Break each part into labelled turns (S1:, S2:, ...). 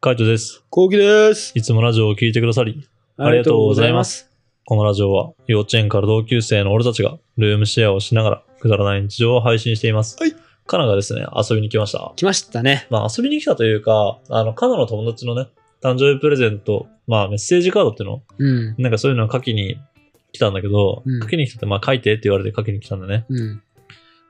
S1: カイトです。
S2: コウキです。
S1: いつもラジオを聞いてくださり、ありがとうございま。す。このラジオは、幼稚園から同級生の俺たちが、ルームシェアをしながら、くだらない日常を配信しています。
S2: はい。
S1: カナがですね、遊びに来ました。
S2: 来ましたね。
S1: まあ、遊びに来たというか、あの、カナの友達のね、誕生日プレゼント、まあ、メッセージカードっていうの
S2: うん。
S1: なんかそういうのを書きに来たんだけど、
S2: うん
S1: 書きに来たって、まあ、書いてって言われて書きに来たんだね。
S2: うん。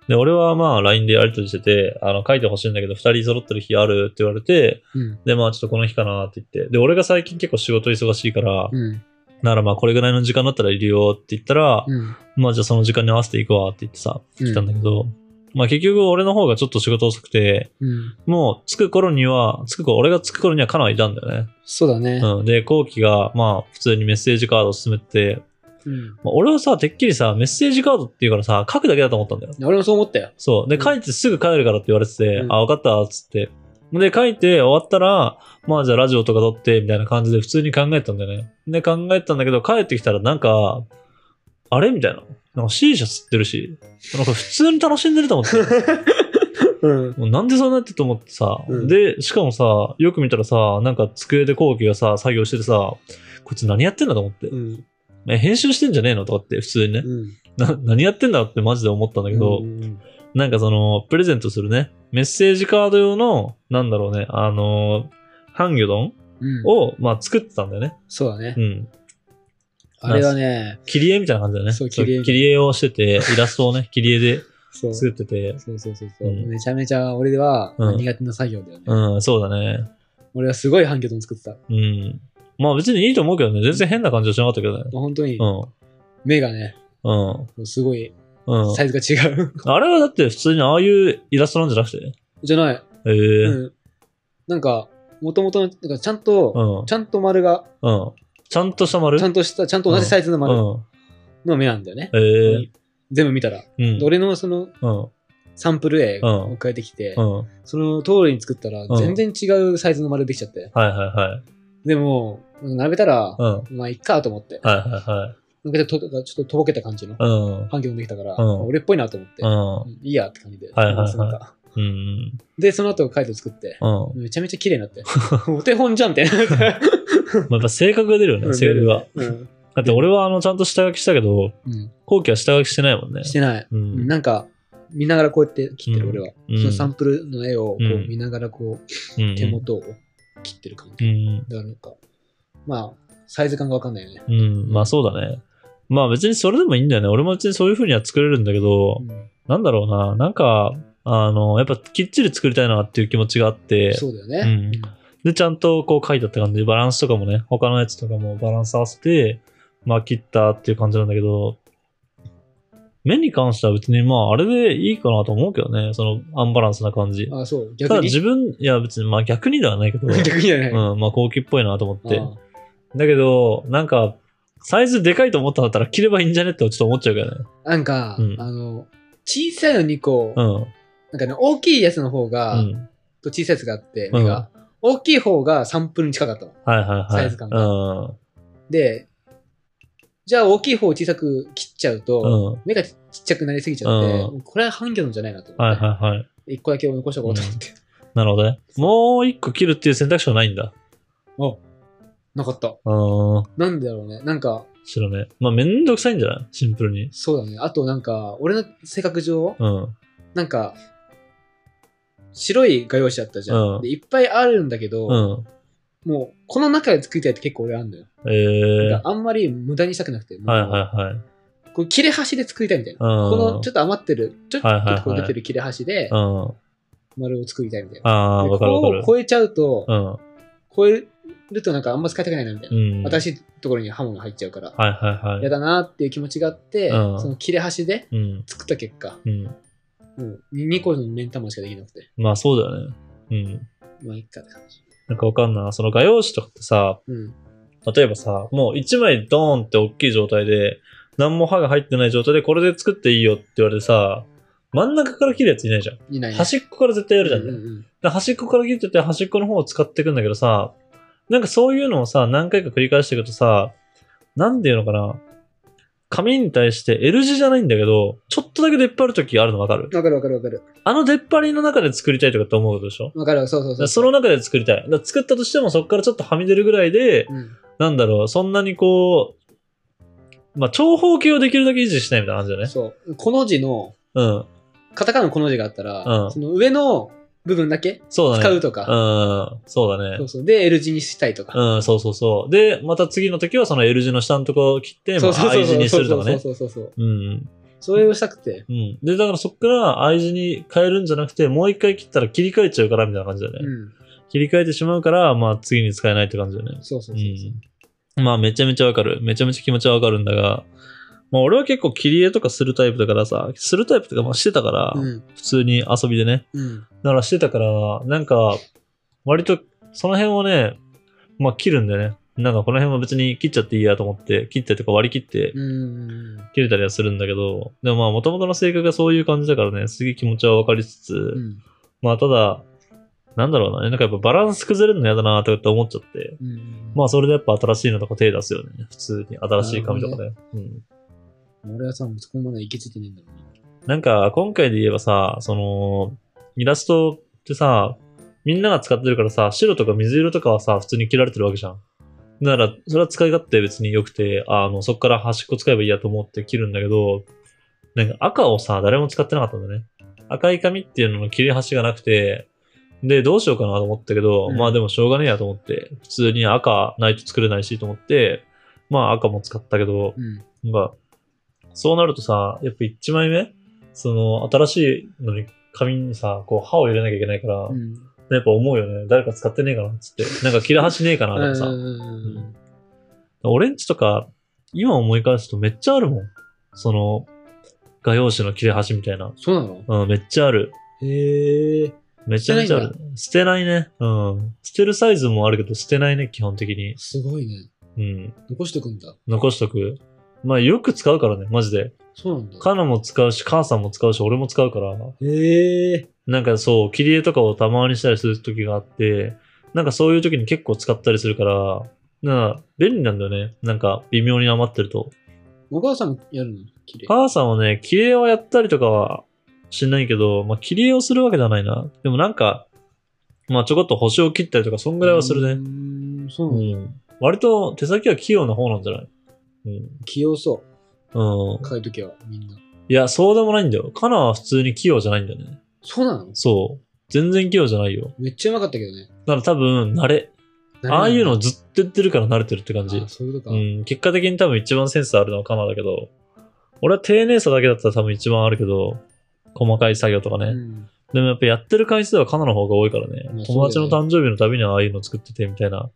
S1: で、俺はまあ、LINE でやり取りしてて、あの、書いてほしいんだけど、二人揃ってる日あるって言われて、
S2: うん。
S1: で、まあちょっとこの日かなって言って。で、俺が最近結構仕事忙しいから、
S2: うん。
S1: ならまあこれぐらいの時間だったらいるよって言ったら、
S2: うん。
S1: まあじゃあその時間に合わせていくわって言ってさ、来たんだけど、まあ結局俺の方がちょっと仕事遅くて、
S2: うん。
S1: もう着く頃には、着く頃、俺が着く頃にはカナはいたんだよね。
S2: そうだね。
S1: うん。で、後期がまあ普通にメッセージカードを進めてて、
S2: うん。
S1: まあ、俺はさ、てっきりさ、メッセージカードっていうからさ、書くだけだと思ったんだよ。
S2: 俺もそう思ったよ。
S1: そう。で、
S2: うん
S1: 書いてすぐ帰るからって言われてて、
S2: うん
S1: あ、わかった、っつって。で、書いて終わったら、まあじゃあラジオとか撮って、みたいな感じで普通に考えてたんだよね。で、考えてたんだけど、帰ってきたらなんか、あれみたいな。なんか C 社吸ってるし、なんか普通に楽しんでると思って。
S2: うん。
S1: もうなんでそうなってると思ってさ、
S2: うん
S1: で、しかもさ、よく見たらさ、なんか机で後期がさ、作業しててさ、こいつ何やってんだと思って
S2: う。ん。
S1: え、編集してんじゃねえのとかって普通にね、
S2: うん。
S1: な、何やってんだってマジで思ったんだけど、
S2: うん。
S1: なんかその、プレゼントするね、メッセージカード用の、なんだろうね、あのー、ハンギョドン
S2: お
S1: を、まあ、作ってたんだよね。
S2: そうだね
S1: う。ん。
S2: あれはね、
S1: 切り絵みたいな感じだよね。
S2: そう切り絵
S1: 切り絵をしてて、イラストをね、切り絵で
S2: そう。そ
S1: 作
S2: う
S1: ってて。
S2: そうそうそう。
S1: うん
S2: めちゃめちゃ俺では
S1: うん
S2: 苦手な作業だよね。
S1: うん、そうだね。
S2: 俺はすごい反響と作ってた。
S1: うん。まあ別にいいと思うけどね、全然変な感じはしなかったけどね。
S2: 本当に
S1: うん。
S2: 目がね、
S1: うん。
S2: すごい
S1: うん
S2: サ。イズが違う。
S1: あれはだって普通にああいうイラストなんじゃなくて。
S2: じゃない。
S1: ええ
S2: うん。なんか、もともとの、なんかちゃん
S1: う
S2: と、
S1: ん。うん
S2: ち。ゃんと丸が、
S1: ちゃんとした丸
S2: ちゃんとした、ちゃんと同じサイズの
S1: う
S2: 丸
S1: ん。
S2: の目なんだよね。
S1: ええ
S2: 全部見たら。
S1: うん。
S2: 俺のその
S1: うん。
S2: サンプル絵
S1: うん
S2: を変えてきて
S1: う、ん。はい
S2: その通りに作ったら
S1: う、ん
S2: 全然違うサイズの丸できちゃって。
S1: はいはい。
S2: でも、並べたら
S1: う、ん。
S2: まあ、いっかと思って。
S1: はいはいはい。
S2: なんかちょっととちょっととぼけた感じの
S1: うん。
S2: 環境もできたから、
S1: ん
S2: まあ俺っぽいなと思って
S1: う。ん。
S2: うんいいやって感じで。
S1: はいはいはい
S2: その中
S1: うん。
S2: で、その後カイト作って、
S1: うん。
S2: めちゃめちゃ綺麗に なって。お手本じゃんって。
S1: まあ、やっぱ性格が出るよ
S2: う
S1: ね、
S2: ん
S1: 性格が。
S2: うん
S1: だって俺はあの、ちゃんと下書きしたけど、
S2: うん
S1: 後期は下書きしてないもんね。
S2: してない。
S1: う
S2: うん
S1: ん。
S2: なんか、見ながらこうやって切って
S1: うん
S2: る、俺は。
S1: うん
S2: そのサンプルの絵をこ
S1: う
S2: うん見ながらこう、
S1: うん
S2: 手元を切ってる感
S1: う
S2: じ。
S1: ん。
S2: だからなんか、まあ、サイズ感がわかんないよね。
S1: うん。まあそうだね。まあ別にそれでもいいんだよね。俺も別にそういう風には作れるんだけど、なんだろうな。なんか、あの、やっぱきっちり作りたいなっていう気持ちがあって、
S2: そうだよね。
S1: で、ちゃんとこう書いたって感じで、バランスとかもね、他のやつとかもバランス合わせて、まあ切ったっていう感じなんだけど、目に関しては別にまああれでいいかなと思うけどね、そのアンバランスな感じ。
S2: あ、そう、
S1: ただ
S2: 逆に。
S1: 自分、いや別にまあ逆にではないけど、
S2: 逆にじゃない。
S1: うん、まあ後期っぽいなと思って
S2: あ。
S1: だけど、なんか、サイズでかいと思ったんだったら切ればいいんじゃねってちょっと思っちゃうけどね。
S2: なんか、
S1: うん
S2: あの、小さいの2個、
S1: うん。
S2: なんかね、大きいやつの方
S1: う
S2: が、
S1: ん。
S2: と小さいやつがあって、
S1: うん
S2: 目が、大きい方がサンプルに近かったの。
S1: はいはいはい。
S2: サイズ感が
S1: うん。
S2: で、じゃあ大きい方を小さく切っちゃうと、
S1: うん。はい
S2: 目がちっちゃくなりすぎちゃって、
S1: う
S2: これは反響のじゃないなと思
S1: はい
S2: って、
S1: はい。
S2: 1個だけ残しとこうと思って。
S1: なるほどね。もう一個切るっていう選択肢はないんだ。
S2: なかった。
S1: うん。
S2: なんでだろうね。なんか、
S1: 白ね。まあ、めんどくさいんじゃないシンプルに。
S2: そうだね。あとなんか、俺の性格上、
S1: うん。
S2: なんか、白い画用紙あったじゃん。
S1: うん
S2: でいっぱいあるんだけど、
S1: うん。
S2: もう、この中で作りたいって結構俺あるんだよ。
S1: ええ
S2: なんかあんまり無駄にしたくなくて、もう
S1: はいはいはい。うん。
S2: こう切れ端で作りたいみたいな。このちょっと余ってる、ちょっ
S1: はいはいはい
S2: とこう出てる切れ端で
S1: うん。
S2: 丸を作りたいみたいな。
S1: ああー、
S2: で
S1: わかるわかる
S2: こ。こを超えちゃうと、
S1: うん。
S2: 超えるとなんかあんま使いたくないなみたいな。
S1: うん。
S2: 新しいところに刃物が入っちゃうから、
S1: はいはいは
S2: 嫌
S1: い。
S2: だなっていう気持ちがあって、
S1: うん
S2: その切れ端で
S1: うん。
S2: 作った結果、
S1: うん。
S2: もう2個の目ん玉しかできなくて、
S1: まあ、そうだよね。うん。
S2: まあいっかって感じ。
S1: なんかわかんない。その画用紙とかってさ、
S2: うん。
S1: 例えばさ、もう一枚ドーンって大きい状態で、何も刃が入ってない状態で、これで作っていいよって言われてさ、真ん中から切るやついないじゃん。
S2: いないね。
S1: 端っこから絶対やるじゃん
S2: う
S1: ね。
S2: んうん
S1: で端っこから切ってて端っこの方を使っていくんだけどさ、なんかそういうのをさ、何回か繰り返していくとさ、なんていうのかな、紙に対して L 字じゃないんだけど、ちょっとだけ出っ張る時があるのわかる
S2: わかるわかるわかる。
S1: あの出っ張りの中で作りたいとかって思うでしょ
S2: わかる、そうそう
S1: だか
S2: そう。
S1: らその中で作りたい。だから作ったとしてもそこからちょっとはみ出るぐらいで、
S2: うん、
S1: なんだろう、そんなにこう、まあ、長方形をできるだけ維持したいみたいな感じだね。
S2: そう。この字の、
S1: うん。
S2: カタカナのこの字があったら、
S1: うん
S2: その上の部分だけ
S1: そう
S2: 使
S1: だね。
S2: うとか、
S1: うん。そうだね
S2: そ。うそう。で、L 字にしたいとか。
S1: うん、そうそうそう。で、また次の時はその L 字の下のとこを切って、ま
S2: そうそう
S1: あ、
S2: そう
S1: I
S2: そ
S1: 字
S2: う
S1: にす
S2: そう
S1: る
S2: そ
S1: と
S2: う
S1: か
S2: そ
S1: ね
S2: う。そうそうそう。
S1: うん。
S2: それをしたくて。
S1: うん。で、だからそっから I 字に変えるんじゃなくて、もう一回切ったら切り替えちゃうからみたいな感じだよね。
S2: うん。
S1: 切り替えてしまうから、まあ次に使えないって感じだよね。
S2: そうそうそう
S1: う
S2: そう。
S1: ん。まあめちゃめちゃわかる。めちゃめちゃ気持ちはわかるんだが、まあ俺は結構切り絵とかするタイプだからさ、するタイプとかまあしてたから、
S2: うん。
S1: 普通に遊びでね。
S2: うん。
S1: だからしてたから、なんか、割とその辺をね、まあ切るんだよね。なんかこの辺も別に切っちゃっていいやと思って、切ってとか割り切って
S2: うん。
S1: 切れたりはするんだけど、でもまあ元々の性格がそういう感じだからね、すげえ気持ちはわかりつつ、
S2: うん。
S1: まあただ、なんだろうな、なんかやっぱバランス崩れるの嫌だなとかって思っちゃって、
S2: うん
S1: まあそれでやっぱ新しいのとか手出すよね。普通に新しい紙とかね。うん。
S2: 俺はさ、そこまで行き着いてねえんだろうね。
S1: なんか今回で言えばさ、その、イラストってさ、みんなが使ってるからさ、白とか水色とかはさ、普通に切られてるわけじゃん。だから、それは使い勝手別に良くて、あの、そこから端っこ使えばいいやと思って切るんだけど、なんか赤をさ、誰も使ってなかったんだね。赤い紙っていうのの切れ端がなくて、で、どうしようかなと思ったけど、
S2: うん
S1: まあでもしょうがねえやと思って、普通に赤ないと作れないしと思って、まあ赤も使ったけど、
S2: うん。
S1: なんか、そうなるとさ、やっぱ1枚目、その、新しいのに、紙にさ、こう、歯を入れなきゃいけないから、
S2: うん。
S1: やっぱ思うよね。誰か使ってねえかなっつって。なんか切れ端ねえかなとかさ。
S2: うん
S1: オレンジとか、今思い返すとめっちゃあるもん。その、画用紙の切れ端みたいな。
S2: そうなの
S1: うん、めっちゃある。
S2: へえ。
S1: めちゃめちゃある。捨てないね。うん。捨てるサイズもあるけど、捨てないね、基本的に。
S2: すごいね。
S1: うん。
S2: 残してくんだ。
S1: 残しとく。まあ、よく使うからね、マジで。
S2: そうなんだ。
S1: カナも使うし、母さんも使うし、俺も使うから。
S2: へえ。
S1: なんかそう、切り絵とかをたまにしたりする時があって、なんかそういう時に結構使ったりするから、なんか便利なんだよね。なんか微妙に余ってると。
S2: お母さんもやるの綺麗。
S1: 母さんはね、切り絵をやったりとかはしないけど、まあ切り絵をするわけではないな。でもなんか、まあちょこっと星を切ったりとか、そんぐらいはするね。
S2: ね。そう
S1: う
S2: なんだ。
S1: ん。割と手先は器用な方なんじゃない
S2: 器用そ
S1: うん。うん
S2: う。。書いときは、みんな。
S1: いや、そうでもないんだよ。カナは普通に器用じゃないんだよね。
S2: そうなの
S1: そう。全然器用じゃないよ。
S2: めっちゃうまかったけどね。
S1: だから多分、慣れ。ああいうのをずっと言ってるから慣れてるって感じ
S2: あ。そういうこと
S1: う
S2: か。
S1: ん、結果的に多分一番センスあるのはカナだけど、俺は丁寧さだけだったら多分一番あるけど、細かい作業とかね。
S2: うん
S1: でもやっぱやってる回数はカナの方が多いからね。
S2: まあ
S1: 友達
S2: そ
S1: の
S2: うだよ
S1: 誕生日のたびにああいうの作っててみたいな。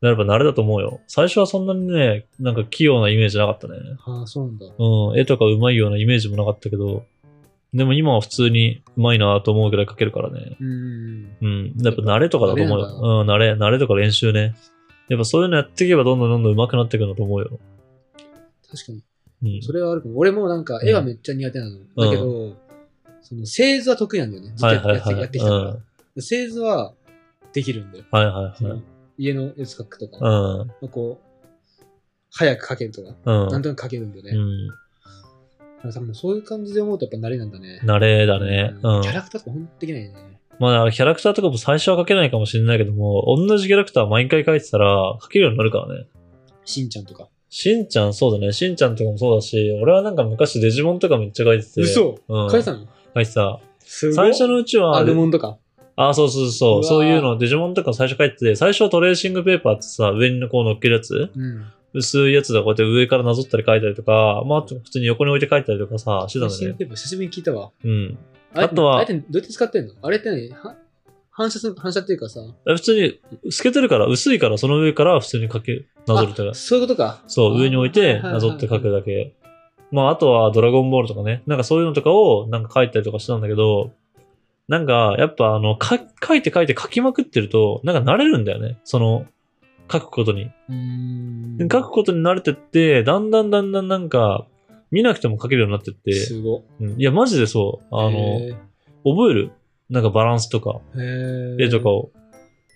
S1: なれば慣れだと思うよ。最初はそんなにね、なんか器用なイメージなかったね。
S2: ああ、そうなんだ。
S1: うん、絵とか上手いようなイメージもなかったけど、でも今は普通に上手いなと思うぐらい描けるからね。
S2: うん。
S1: うん。やっぱ慣れとかだと思うよ
S2: 慣れ。
S1: うん、慣れ、慣れとか練習ね。やっぱそういうのやっていけばどんどんどんどん上手くなっていくんだと思うよ。
S2: 確かに。
S1: うん。
S2: それはあるかも。俺もなんか、絵はめっちゃ苦手なの。だけど、その、製図は得意なんだよね。ずっ
S1: は
S2: と
S1: い
S2: や
S1: はい
S2: っ
S1: は
S2: て
S1: い。
S2: やってき
S1: う
S2: た
S1: ん。
S2: から
S1: は。
S2: 製図はできるんだよ。
S1: いはいはい。
S2: 家の絵描くとか、
S1: う
S2: ま
S1: ん。
S2: あこう、早く描けるとか、
S1: うん。
S2: なんとなく描けるんだよね。
S1: うん。
S2: だから多分そういう感じで思うとやっぱ慣れなんだね。
S1: 慣れだね。うん
S2: キ。ャラクターとかほんとできないね。
S1: まあだからキャラクターとかも最初は描けないかもしれないけども、同じキャラクター毎回描いてたら描けるようになるからね。
S2: しんちゃんとか。
S1: しんちゃんそうだね。しんちゃんとかもそうだし、俺はなんか昔デジモンとかめっちゃ描いてて。
S2: 嘘
S1: うん。
S2: 書いてたの
S1: 描いてた。
S2: すごい。
S1: 最初のうちは、
S2: アルモンとか。
S1: あそうそうそうう。
S2: わー
S1: そういうの、デジモンとか最初書いてて、最初はトレーシングペーパーってさ、上にこう乗っけるやつ
S2: うん。
S1: 薄いやつだ、こうやって上からなぞったり書いたりとか、まあ、あと普通に横に置いて書いたりとかさ、してたんだ
S2: シン
S1: ね。
S2: ペーパー久しぶりに聞いたわ。
S1: うん。
S2: あれ
S1: あとは
S2: あれってどうやって使ってんのあれってね、は反射する、反射っていうかさ。
S1: 普通に透けてるから、薄いから、その上から普通に書け、なぞるとか
S2: あ。そういうことか。
S1: そう、上に置いて
S2: あー
S1: なぞって書くだけ。まあ、あとはドラゴンボールとかね。なんかそういうのとかをなんか書いたりとかしてたんだけど、なんか、やっぱあの、か書いて書いて書きまくってると、なんか慣れるんだよね。その、書くことに。
S2: うーん。
S1: で書くことに慣れてって、だんだんだんだんなんか、見なくても書けるようになってって、
S2: すごい。
S1: うんいや、マジでそう、あの、
S2: へ
S1: 覚える。なんかバランスとか、
S2: ー、へー
S1: 絵とかを。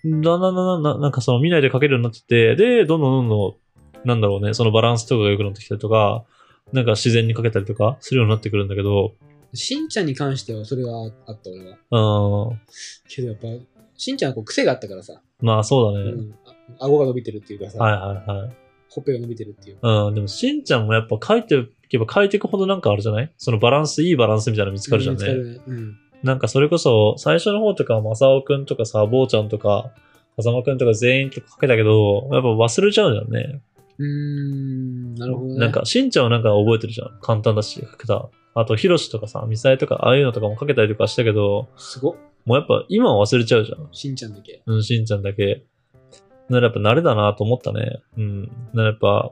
S1: だんだんだんだんな、なんかその見ないで書けるようになってって、で、どんどんどんどん、なんだろうね、そのバランスとかが良くなってきたりとか、なんか自然にかけたりとかするようになってくるんだけど、
S2: しんちゃんに関してはそれはあった俺は。
S1: うん。
S2: けどやっぱ、しんちゃんはこう癖があったからさ、
S1: まあそうだ
S2: う
S1: ね。
S2: ん、あ顎が伸びてるっていうかさ、
S1: はいはいはい。
S2: ほっぺが伸びてるっていう。
S1: うん、でも、しんちゃんもやっぱ書いていけば書いていくほどなんかあるじゃないそのバランス、いいバランスみたいなの見つかるじゃん
S2: 疲れ
S1: ね。
S2: るね。うん。
S1: なんかそれこそ、最初の方とか、まさおくんとかさ、ぼうちゃんとか、風間くんとか全員とか書けたけど、やっぱ忘れちゃうじゃんね。
S2: うーん、なるほどね。
S1: なんか、しんちゃんはなんか覚えてるじゃん。簡単だし、書けた。あと、ひろしとかさ、みさえとか、ああいうのとかも書けたりとかしたけど、
S2: すごっ。
S1: もうやっぱ今は忘れちゃうじゃん。
S2: しんちゃんだけ。
S1: うん、しんちゃんだけ。ならやっぱ慣れだなと思ったね。うん。ならやっぱ、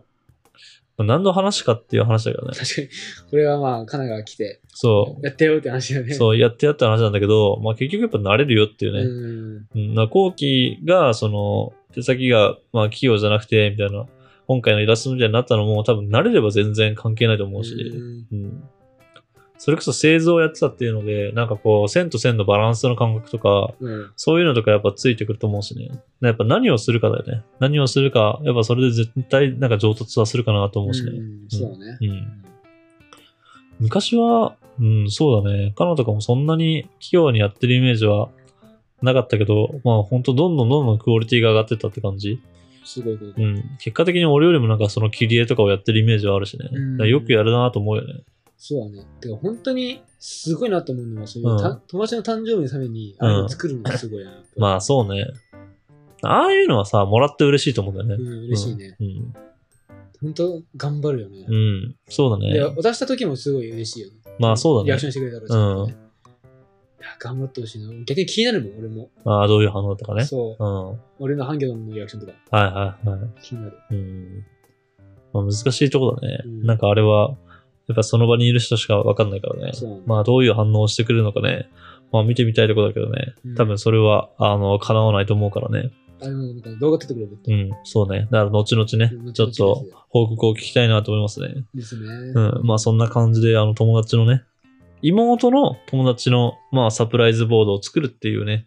S1: 何の話かっていう話だけどね。
S2: 確かに、これはまあ、神奈川来て、
S1: そう。
S2: やったよって話 だよね。う。
S1: そう、やってやった話なんだけど、まあ結局やっぱ慣れるよっていうね。
S2: う
S1: う
S2: ん。
S1: ん。な、後期が、その、手先が、まあ器用じゃなくて、みたいな、今回のイラストみたいになったのも、多分慣れれば全然関係ないと思うし、
S2: ん
S1: うん。それこそ製造をやってたっていうので、なんかこう、線と線のバランスの感覚とか、
S2: うん。
S1: そういうのとかやっぱついてくると思うしね。やっぱ何をするかだよね。何をするか、やっぱそれで絶対なんか上達はするかなと思うしね。
S2: うんそうだね。
S1: うん昔は、うん、そうだね。彼女とかもそんなに器用にやってるイメージはなかったけど、まあ本当どんどんどんどんクオリティが上がってったって感じ。
S2: すごいこと
S1: う。ん。結果的に俺よりもなんかその切り絵とかをやってるイメージはあるしね。だ
S2: うん
S1: からよくやるなと思うよね。
S2: そうだね。てか、本当に、すごいなと思うのは、そういう、た
S1: うん
S2: 友達の誕生日のために、あれを作るのがすごいな。
S1: まあ
S2: あ、
S1: そうね。ああいうのはさ、もらって嬉しいと思うんだよ
S2: う
S1: ね。
S2: ん、嬉しいね。
S1: うん。
S2: 本当頑張るよね。
S1: うん。そう
S2: で、
S1: だね。
S2: 渡した時もすごい嬉しいよね。
S1: まあそう
S2: リ
S1: だ
S2: アクショ
S1: ね。
S2: ンしてくれたらちょっとね、いや、頑張ってほしいな。逆に気になるもん、俺も。
S1: まあどういう反応だったかね。
S2: そう。
S1: うん。は
S2: 俺のハンギョドンのリアクションとか
S1: いはいはい。
S2: 気になる。
S1: うん。まあ、難しいとこだね。
S2: うん
S1: なんかあれは、やっぱその場にいる人しかわかんないからね
S2: そうなん。だ
S1: まあどういう反応をしてくるのかね。まあ見てみたいとこだけどね
S2: うん。
S1: 多分それは、あの、叶わないと思うからね。
S2: あれもなんか動画撮ってくれるって。
S1: うん、そうね。だから後々ね
S2: うん、
S1: ちょっ
S2: 後々
S1: と
S2: です
S1: 報告を聞きたいなと思いますね。
S2: ですね。
S1: うん、まあそんな感じで、あの友達のね、妹の友達の、まあサプライズボードを作るっていうね、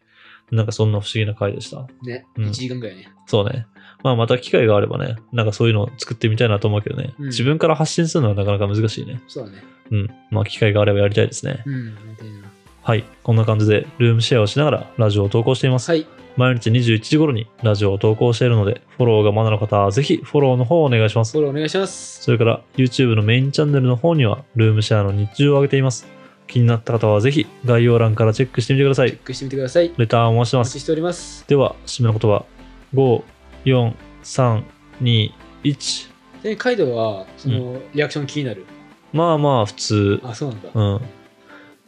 S1: なんかそんな不思議な回でした。
S2: ね、
S1: うん
S2: 1時間ぐらいね。
S1: そうね。まあまた機会があればね、なんかそういうのを作ってみたいなと思うけどね、
S2: うん
S1: 自分から発信するのはなかなか難しいね。
S2: そうだね。
S1: うん。まあ機会があればやりたいですね。
S2: うん、みたいな。
S1: はい。こんな感じでルームシェアをしながらラジオを投稿しています。
S2: はい。
S1: 毎日21時頃にラジオを投稿しているので、フォローがまだの方はぜひフォローの方をお願いします。
S2: フォローお願いします。
S1: それから YouTube のメインチャンネルの方にはルームシェアの日常を上げています。気になった方はぜひ概要欄からチェックしてみてくださ
S2: チェ
S1: い
S2: ッ。クしてみてください。
S1: レターをお待ちしてま
S2: お待
S1: す
S2: ち。しております。
S1: では、締めの言葉。5、4、3、2、1。
S2: で、カイドウは、その、リアクション気になる。
S1: まあまあ普通。
S2: あ、そうなんだ。
S1: うん。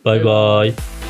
S1: バイバイ。